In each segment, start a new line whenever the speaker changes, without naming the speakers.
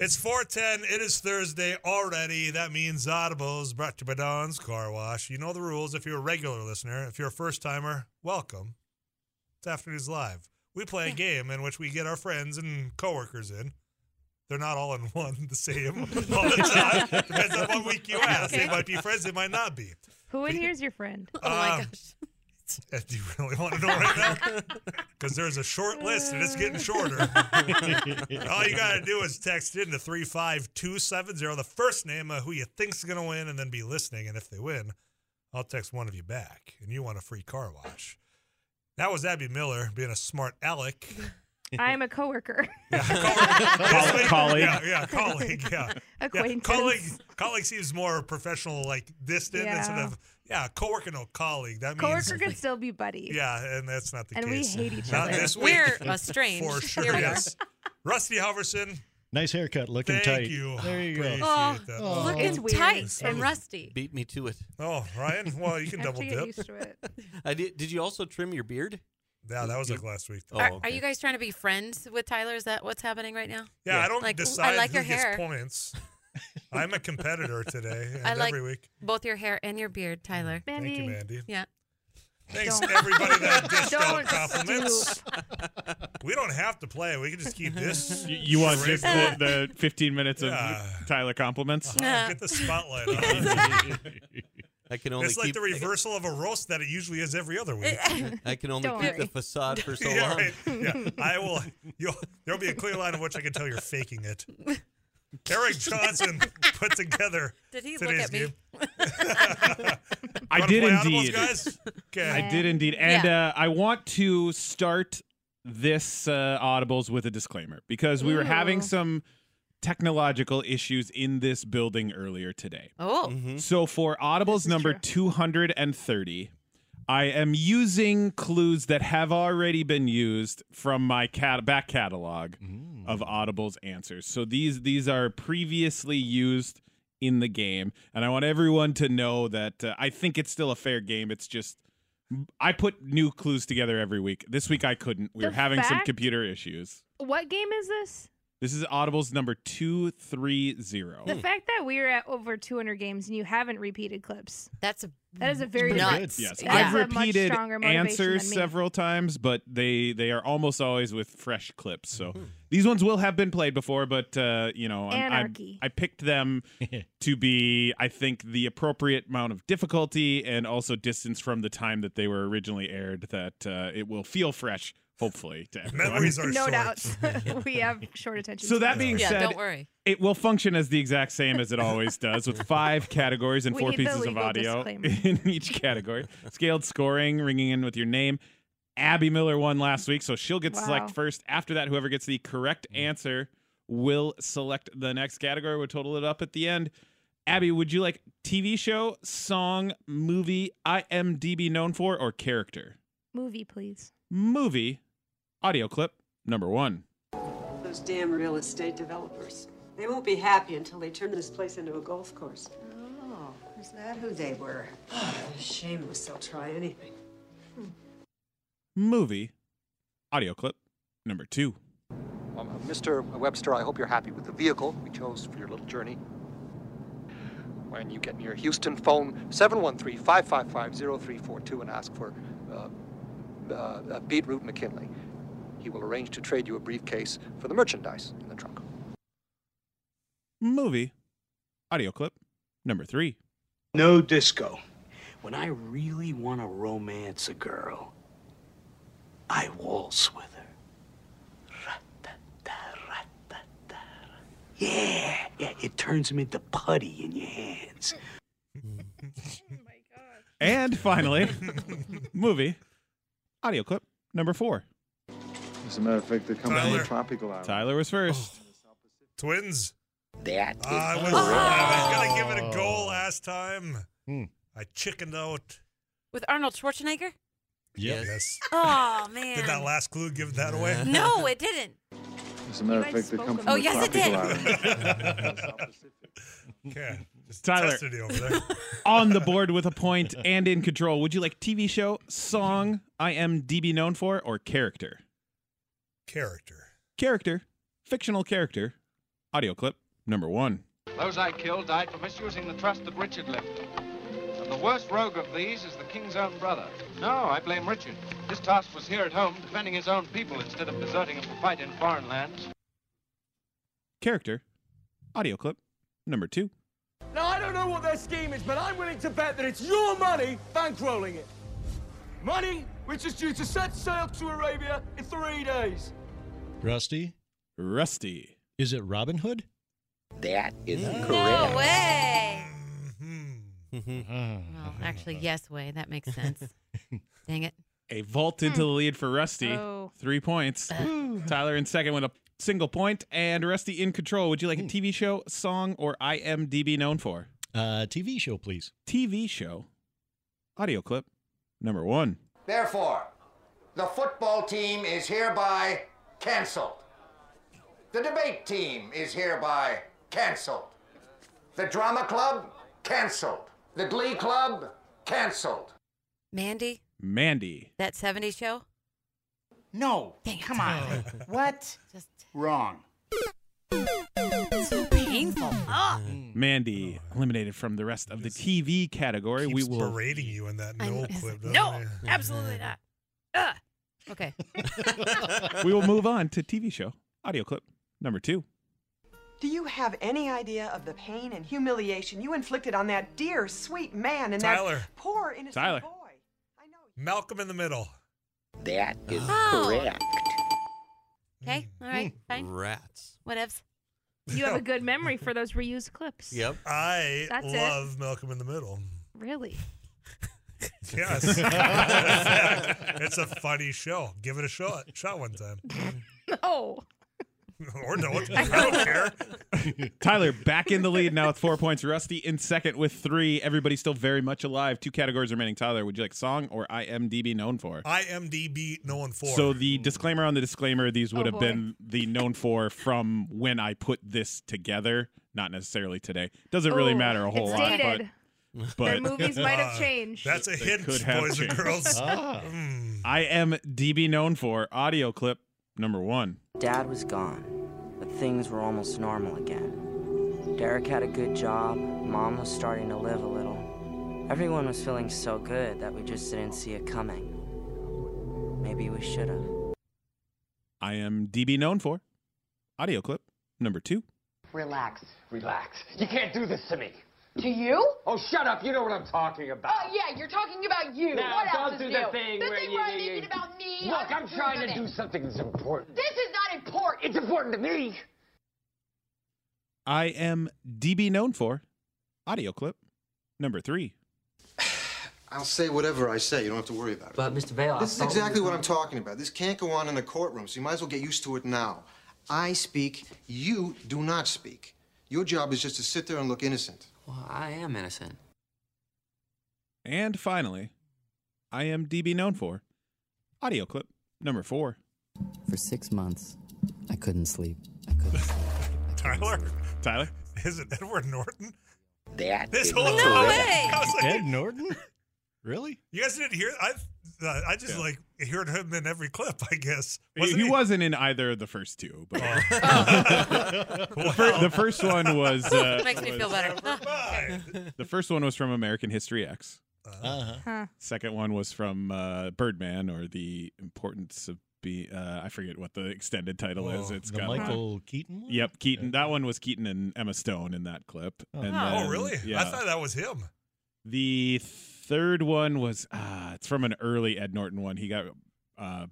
It's 410. It is Thursday already. That means Audibles brought to you by Don's Car Wash. You know the rules. If you're a regular listener, if you're a first timer, welcome. It's Afternoons Live. We play a game in which we get our friends and coworkers in. They're not all in one, the same all the time. Depends on what week you ask. They might be friends, they might not be.
Who in here is your friend?
Oh
Um,
my gosh.
Uh, Do you really want to know right now? Because there's a short list and it's getting shorter. All Oh, you got to do is text in to 35270, the first name of who you think's going to win, and then be listening. And if they win, I'll text one of you back. And you want a free car wash. That was Abby Miller being a smart aleck.
I am a coworker,
Yeah, colleague.
colleague.
Yeah, yeah, colleague. Yeah. Yeah,
acquaintance.
colleague, colleague seems more professional, like distant
Yeah.
instead of, yeah, coworker, no colleague. That means,
Coworker can still be buddy.
yeah, and that's not the
and we
case.
hate each
Not
other.
this week.
We're estranged.
For sure,
Here we are.
yes. Rusty Hoverson,
Nice haircut, looking
thank
tight.
you.
There you go.
Appreciate
Oh,
that.
Oh.
Looking
It's weird.
tight
Some of
and
the-
rusty.
Beat me to it.
Oh, Ryan, well, you can
I have
double
to get
dip.
used to it.
I did. Did you also trim your beard?
Yeah, that was like last week.
Oh,
are,
okay.
are you guys trying to be friends with Tyler? Is that what's happening right now?
Yeah,
Yeah.
I don't
Like, I
decide
like
who
your
gets
hair.
points. I'm a competitor today and
I like-
every week.
Both your hair and your beard, Tyler.
Mandy,
Thank you, Mandy.
Yeah.
Thanks
Don't-
to everybody that dished out
don't
compliments. We don't have to play. We can just keep this.
You, you want just
charade going.
the, the 15 minutes of
Yeah.
Tyler compliments?
Uh, Get the spotlight on.
I can only
it's like
keep.
the reversal of a roast that it usually is every other week.
I can only
Don't
keep
worry.
the facade for so
yeah,
long.
right. Yeah. I will. You'll, there'll be a clear line in which I can tell you're faking it. Eric Johnson put together
Did he look
today's
at me?
game.
I
Wanna
did
play audibles,
indeed.
guys.
I
Okay.
Yeah.
did indeed. And uh, I want to start this uh, Audibles with a disclaimer because we were having
Ooh.
some technological issues in this building earlier today.
Oh,
Mhm.
So for Audibles
Mm-hmm. is
number
true.
230, I am using clues that have already been used from my cat- back catalog
Mm.
of Audibles answers. So these these are previously used in the game, and I want everyone to know that uh, I think it's still a fair game. It's just I put new clues together every week. This week I couldn't. We
The
were having some
fact-
computer issues.
What game is this?
This is Audibles number 230.
The fact that we are at over 200 games and you haven't repeated clips.
that's a
That
Mm,
is a very
Pretty good.
different-
Yes,
Yeah.
I've
That's a much
repeated
stronger motivation
answers
than me.
several times, but they they are almost always with fresh clips. So these ones will have been played before, but uh, you know, I'm- I'm-
Anarchy.
I picked them to be, I think, the appropriate amount of difficulty and also distance from the time that they were originally aired. That uh, it will feel fresh, hopefully, to everyone.
Memories are
no
short.
doubts. we have short attention.
So that
spans.
being
yeah.
said,
Don't worry.
it will function as the exact same as it always does with five categories and
We
four
need the
pieces of
legal
audio
disclaimer.
in each category. Scaled scoring, ringing in with your name. Abby Miller won last week, so she'll get to select
Wow.
first. After that, whoever gets the correct answer will select the next category. We'll total it up at the end. Abby, would you like TV show, song, movie, IMDb known for, or character?
movie, please.
Movie, audio clip number one.
Those damn real estate developers. They won't be happy until they turn this place into a golf course. Oh, is that who they were? Shameless, they'll try anything.
Movie, audio clip number two.
Um, Mr. Webster, I hope you're happy with the vehicle we chose for your little journey. When you get near Houston, phone 713 555 0342 and ask for uh, uh, uh, Beetroot McKinley. He will arrange to trade you a briefcase for the merchandise in the trunk.
movie audio clip number three
No disco. When I really want to romance a girl, I waltz with her. Ra-ta-ta, ra-ta-ta. Yeah, yeah, it turns them into putty in your hands.
and finally movie audio clip number four
As a matter of fact, they come
Tyler.
from the tropical island.
tyler was first
Twins.
That is
I was, I was gonna give it a go last time.
Hmm.
I chickened out.
With Arnold Schwarzenegger?
Yep.
Yes.
Oh, man.
Did that last clue give that away?
No, it didn't.
As a matter
You
of
guys
fact, they
spoke
come from
Oh,
the
yes, it
tropical
did.
island.
Okay. Just
Tyler.
tested you over there.
on the board with a point and in control would you like tv show song imdb known for or character
Character.
character fictional character Audio clip number one.
Those I killed died for misusing the trust that Richard left. And the worst rogue of these is the king's own brother. No, I blame Richard. His task was here at home defending his own people instead of deserting them to fight in foreign lands.
Character. Audio clip number two.
Now, I don't know what their scheme is, but I'm willing to bet that it's your money bankrolling it. Money which is due to set sail to Arabia in three days.
Rusty?
Rusty.
Is it Robin Hood?
That is
No way.
well,
Well, actually, yes way. That makes sense. Dang it.
A vault into the lead for Rusty.
Oh.
Three points. Tyler in second with a single point, and Rusty in control. Would you like a TV show, song, or IMDb known for?
Uh, TV show, please.
TV show. Audio clip number one.
Therefore, the football team is hereby canceled. The debate team is hereby canceled. The drama club, canceled. The glee club, canceled.
Mandy,
Mandy.
that 70s show?
No.
Come on.
what?
Just
Wrong.
so painful. Ah.
Mandy eliminated from the rest of the TV category. We
Keeps
will
berating you in that
I'm-
no clip. doesn't
No,
it?
absolutely not. Ugh. Okay.
we will move on to TV show audio clip number two.
Do you have any idea of the pain and humiliation you inflicted on that dear, sweet man and
Tyler.
that poor innocent
Tyler.
boy?
Malcolm in the Middle.
That is
Oh.
correct.
Okay.
Mm.
All right. Fine.
Rats.
Whatevs.
You have a good memory for those reused clips.
Yep.
I
That's it.
love Malcolm in the Middle.
Really?
Yes. it's a funny show. Give it a shot. Shot one time.
No.
or don't. I don't care.
Tyler back in the lead now with four points. Rusty in second with three. Everybody's still very much alive. Two categories remaining. Tyler, would you like song or IMDb known for?
IMDb known for.
So the disclaimer on the disclaimer, these would
Oh,
have
boy.
been the known for from when I put this together, not necessarily today. Doesn't really
Oh,
matter a whole
it's
lot,
dated.
but
Their
but
movies might have changed.
uh, that's a
They
hint,
could
boys
have
and
changed.
girls.
Ah.
IMDb known for audio clip number one.
Dad was gone, but things were almost normal again. Derek had a good job, Mom was starting to live a little. Everyone was feeling so good that we just didn't see it coming. Maybe we should have.
IMDb known for audio clip number two.
Relax. Relax. You can't do this to me. To you?
Oh, shut up. You know what I'm talking
Oh,
about.
yeah, you're talking about you.
Now,
what
don't
else is
do
new?
the thing
this
where
ain't
you-
running
you-
it about me.
Look,
I'm
I'm trying to
doing
do
it.
something that's important.
This is not important.
It's important to me.
IMDb known for audio clip number three.
I'll say whatever I say. You don't have to worry about it.
But, Mr. Bail, I
this is
thought we
exactly
were
what
going-
I'm talking about. This can't go on in a courtroom, so you might as well get used to it now. I speak, you do not speak. Your job is just to sit there and look innocent.
Well, I am innocent.
And finally, IMDb known for audio clip number four.
For six months, I couldn't sleep. I couldn't sleep.
Tyler.
Tyler.
Is it Edward Norton?
That
This
is
whole
correct.
time. I was like,
Ed Norton? Really?
you guys didn't hear? I uh, I just like heard him in every clip. I guess.
he, wasn't in either of the first two, but Oh. the, fir-
Wow.
the first one was uh,
Makes me feel
was-
better.
The first one was from American History X.
Uh,
Uh-huh.
Huh.
Second one was from uh, Birdman or the importance of be uh, I forget what the extended title is.
Oh,
It's
the
got like-
Michael Keaton one?
Yep, Keaton. That one was Keaton and Emma Stone in that clip.
Oh.
And
Oh,
then-
really? I
Yeah.
thought that was him.
The third one was ah, it's from an early Ed Norton one. He got uh,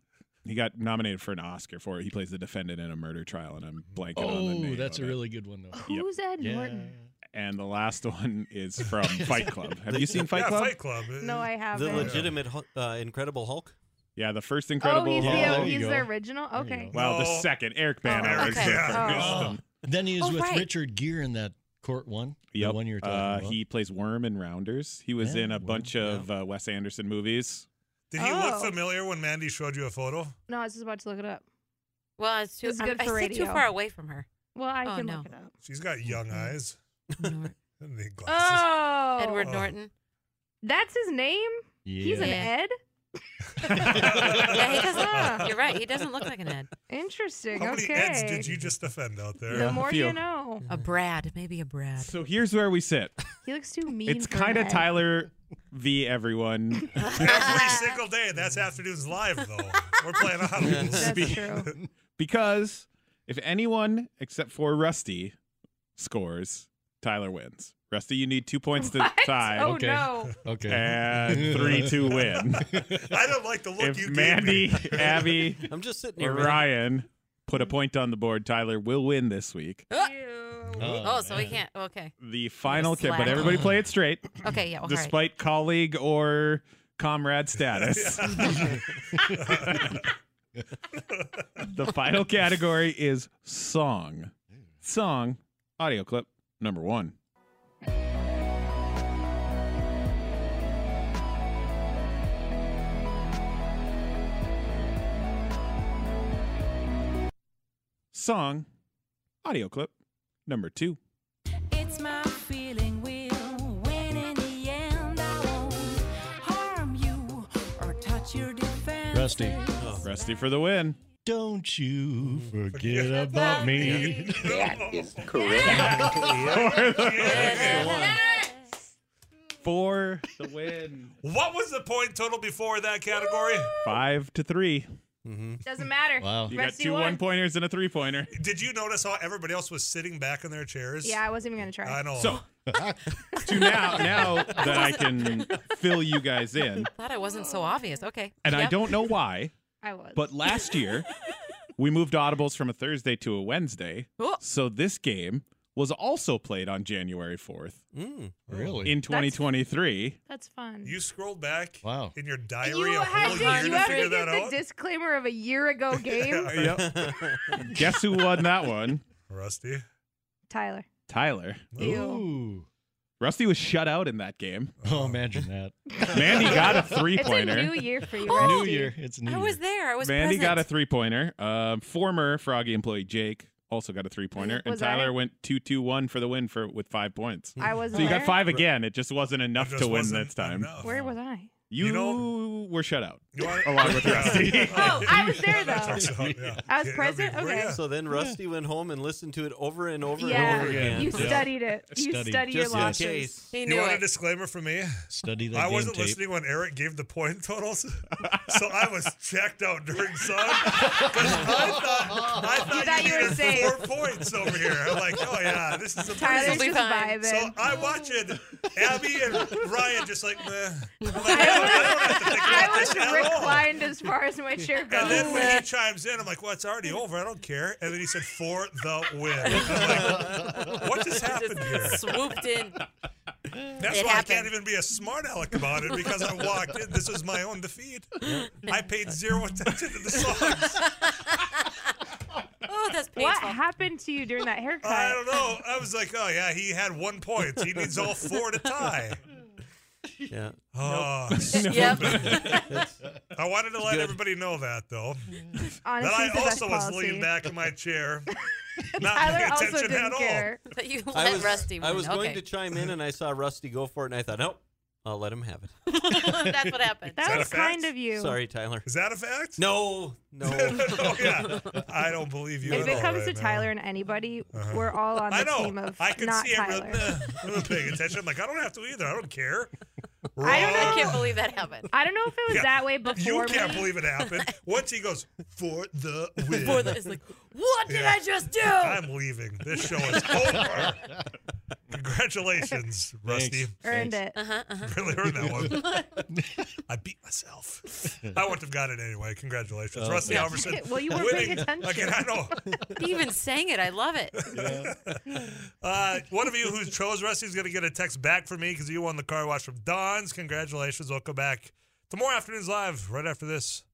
he got nominated for an Oscar for it. He plays the defendant in a murder trial, and I'm blanking on the
Oh,
name.
that's a
of it.
really good one, though.
Yep.
Who's Ed
Yeah.
Norton?
And the last one is from Fight Club. Have you seen Fight
yeah,
Club?
Fight Club. Uh,
No, I haven't.
The legitimate Hu- uh, Incredible Hulk.
Yeah, the first Incredible.
oh, he's,
Hulk.
the, he's the original? Okay.
Well, the
No.
second Eric Bana.
Eric
was the
Bana.
first.
Oh.
Then he was
Oh,
with
right.
Richard Gere in that court one.
Yep.
The one you're talking
Uh,
about.
He plays Worm in Rounders. He was
Yeah,
in a
Worm,
bunch of uh, Wes Anderson movies.
Did he look
Oh.
familiar when Mandy showed you a photo?
No, I was just about to look it up.
Well, it's too,
This is
I'm-
good
I
for
sit too
radio.
far away from her.
Well, I
Oh,
can
no.
look it up.
She's got young eyes. Doesn't need glasses.
Oh.
Edward
Oh.
Norton.
That's his name? He's an
Yeah.
Ed?
yeah, he doesn't. You're right. He doesn't look like an Ed.
Interesting.
How many
"Ah, okay.
Eds did you just offend out there?
The more you
Feel-
know.
A Brad, maybe a Brad.
So here's where we sit.
He looks too mean.
It's
for an
kind of
Ed.
Tyler v. Everyone.
Every single day. That's afternoons live, though. We're playing audibles.
Be- because if anyone except for Rusty scores, Tyler wins. Rusty, you need two points to
What?
tie.
Oh, Okay. no. Okay.
And three to win.
I don't like the look
if
you
Mandy,
gave me.
Abby,
I'm just sitting
or
here, man.
Ryan put a point on the board, Tyler will win this week.
Oh,
Oh,
so we can't. Okay.
The final kick, but
slack.
everybody play it straight.
Okay, yeah, all right.
Despite colleague or comrade status. the final category is song. Song, audio clip number one. Song, audio clip number two.
It's my feeling will win in the end. I won't harm you or touch your defense.
Rusty.
Oh.
Rusty for the win.
Don't you forget about me.
That
is
Four the win.
What was the point total before that category?
Five to 3
Doesn't matter.
You got
Rusty
two
won.
one pointers and a three pointer.
Did you notice how everybody else was sitting back in their chairs?
Yeah, I wasn't even gonna try.
I know.
So to now now that I can fill you guys in.
Thought I wasn't so obvious. Okay.
And I
Yep.
don't know why,
I was.
but last year we moved audibles from a Thursday to a Wednesday.
Oh.
So this game was also played on January 4th.
Mm.
Really?
In
That's-
2023.
That's fun.
you scrolled back
Wow.
in your diary
You
a
had
whole
to,
year
you
to
have
figure
to
that
get the
out?
disclaimer of a year ago game.
Yep. Guess who won that one?
Rusty.
Tyler.
Tyler.
Ew. Ooh.
Rusty was shut out in that game.
Oh, imagine that.
Mandy got a three pointer.
It's a new year for you.
New
Rusty.
year. It's new
I
year.
was there. I was
Mandy
present.
got a three pointer. Um, former Froggy employee Jake also got a three pointer, and
Was
Tyler
I?
went two two one for the win for with five points.
I wasn't
So you got
there.
five again. It just wasn't enough
just
to win
wasn't
this time.
Where was I?
You,
You
were shut out
You are-
along with Rusty.
Oh, I was there though.
So, yeah.
I was present. Okay.
So then Rusty went home and listened to it over and over and
Yeah,
over again.
you studied it. You
Studied.
studied,
Just
your
in
losses.
case. He
you want a disclaimer from me?
Study that
I
game
wasn't
tape.
listening when Eric gave the point totals, so I was checked out during song. 'Cause I thought I thought you,
thought you were
needed
safe.
four points over here. I'm like, oh yeah, this is a
Tyler's just vibing.
So I watch it. Abby and Ryan just like, meh.
I was
this at all.
reclined as far as my chair goes.
And then when he chimes in, I'm like, well, it's already over. I don't care. And then he said, for the win. I'm like, what just happened here?
swooped in.
That's why I can't even be a smart aleck about it because I walked in. This was my own defeat. I paid zero attention to the songs.
Oh, that's painful.
what happened to you during that haircut?
I don't know. I was like, oh, yeah, he had one point. He needs all four to tie.
Yeah.
Oh,
Nope.
yep.
That's-
I wanted to let
Good.
everybody know that, though.
Honestly,
that
it's
I
the best
also was
policy.
leaning back in my chair, not
Tyler
paying
also
attention
didn't
at all.
care.
But you
I
let
was,
Rusty win.
I was going
okay.
to chime in and I saw Rusty go for it and I thought, nope, I'll let him have it.
That's what happened.
That
that
was
a fact?
kind of you.
Sorry, Tyler.
Is that a fact?
No, no.
No, yeah. I don't believe you.
If
at
it
all right
comes to
now. Uh-huh.
Tyler and anybody, we're all on the
I know.
team of
I can
not
see him.
Tyler.
uh, I'm not paying attention. I'm like, I don't have to either. I don't care.
I don't
I
Wrong.
can't believe that happened.
I don't know if it was
Yeah.
that way before.
You can't
me.
believe it happened. Once he goes for the win,
For the, it's like, what did
Yeah.
I just do?
I'm leaving. This show is over. Congratulations, Rusty.
Earned it.
Uh-huh, uh-huh.
Really earned that one. I beat myself. I wouldn't have got it anyway. Congratulations,
Oh,
Rusty
thanks.
Alverson.
Well, you were paying
winning.
attention.
Again, I know.
He even sang it. I love it.
Uh, one of you who chose Rusty's going to get a text back from me because you won the car wash from Don's. Congratulations. We'll come back to more Afternoons Live right after this.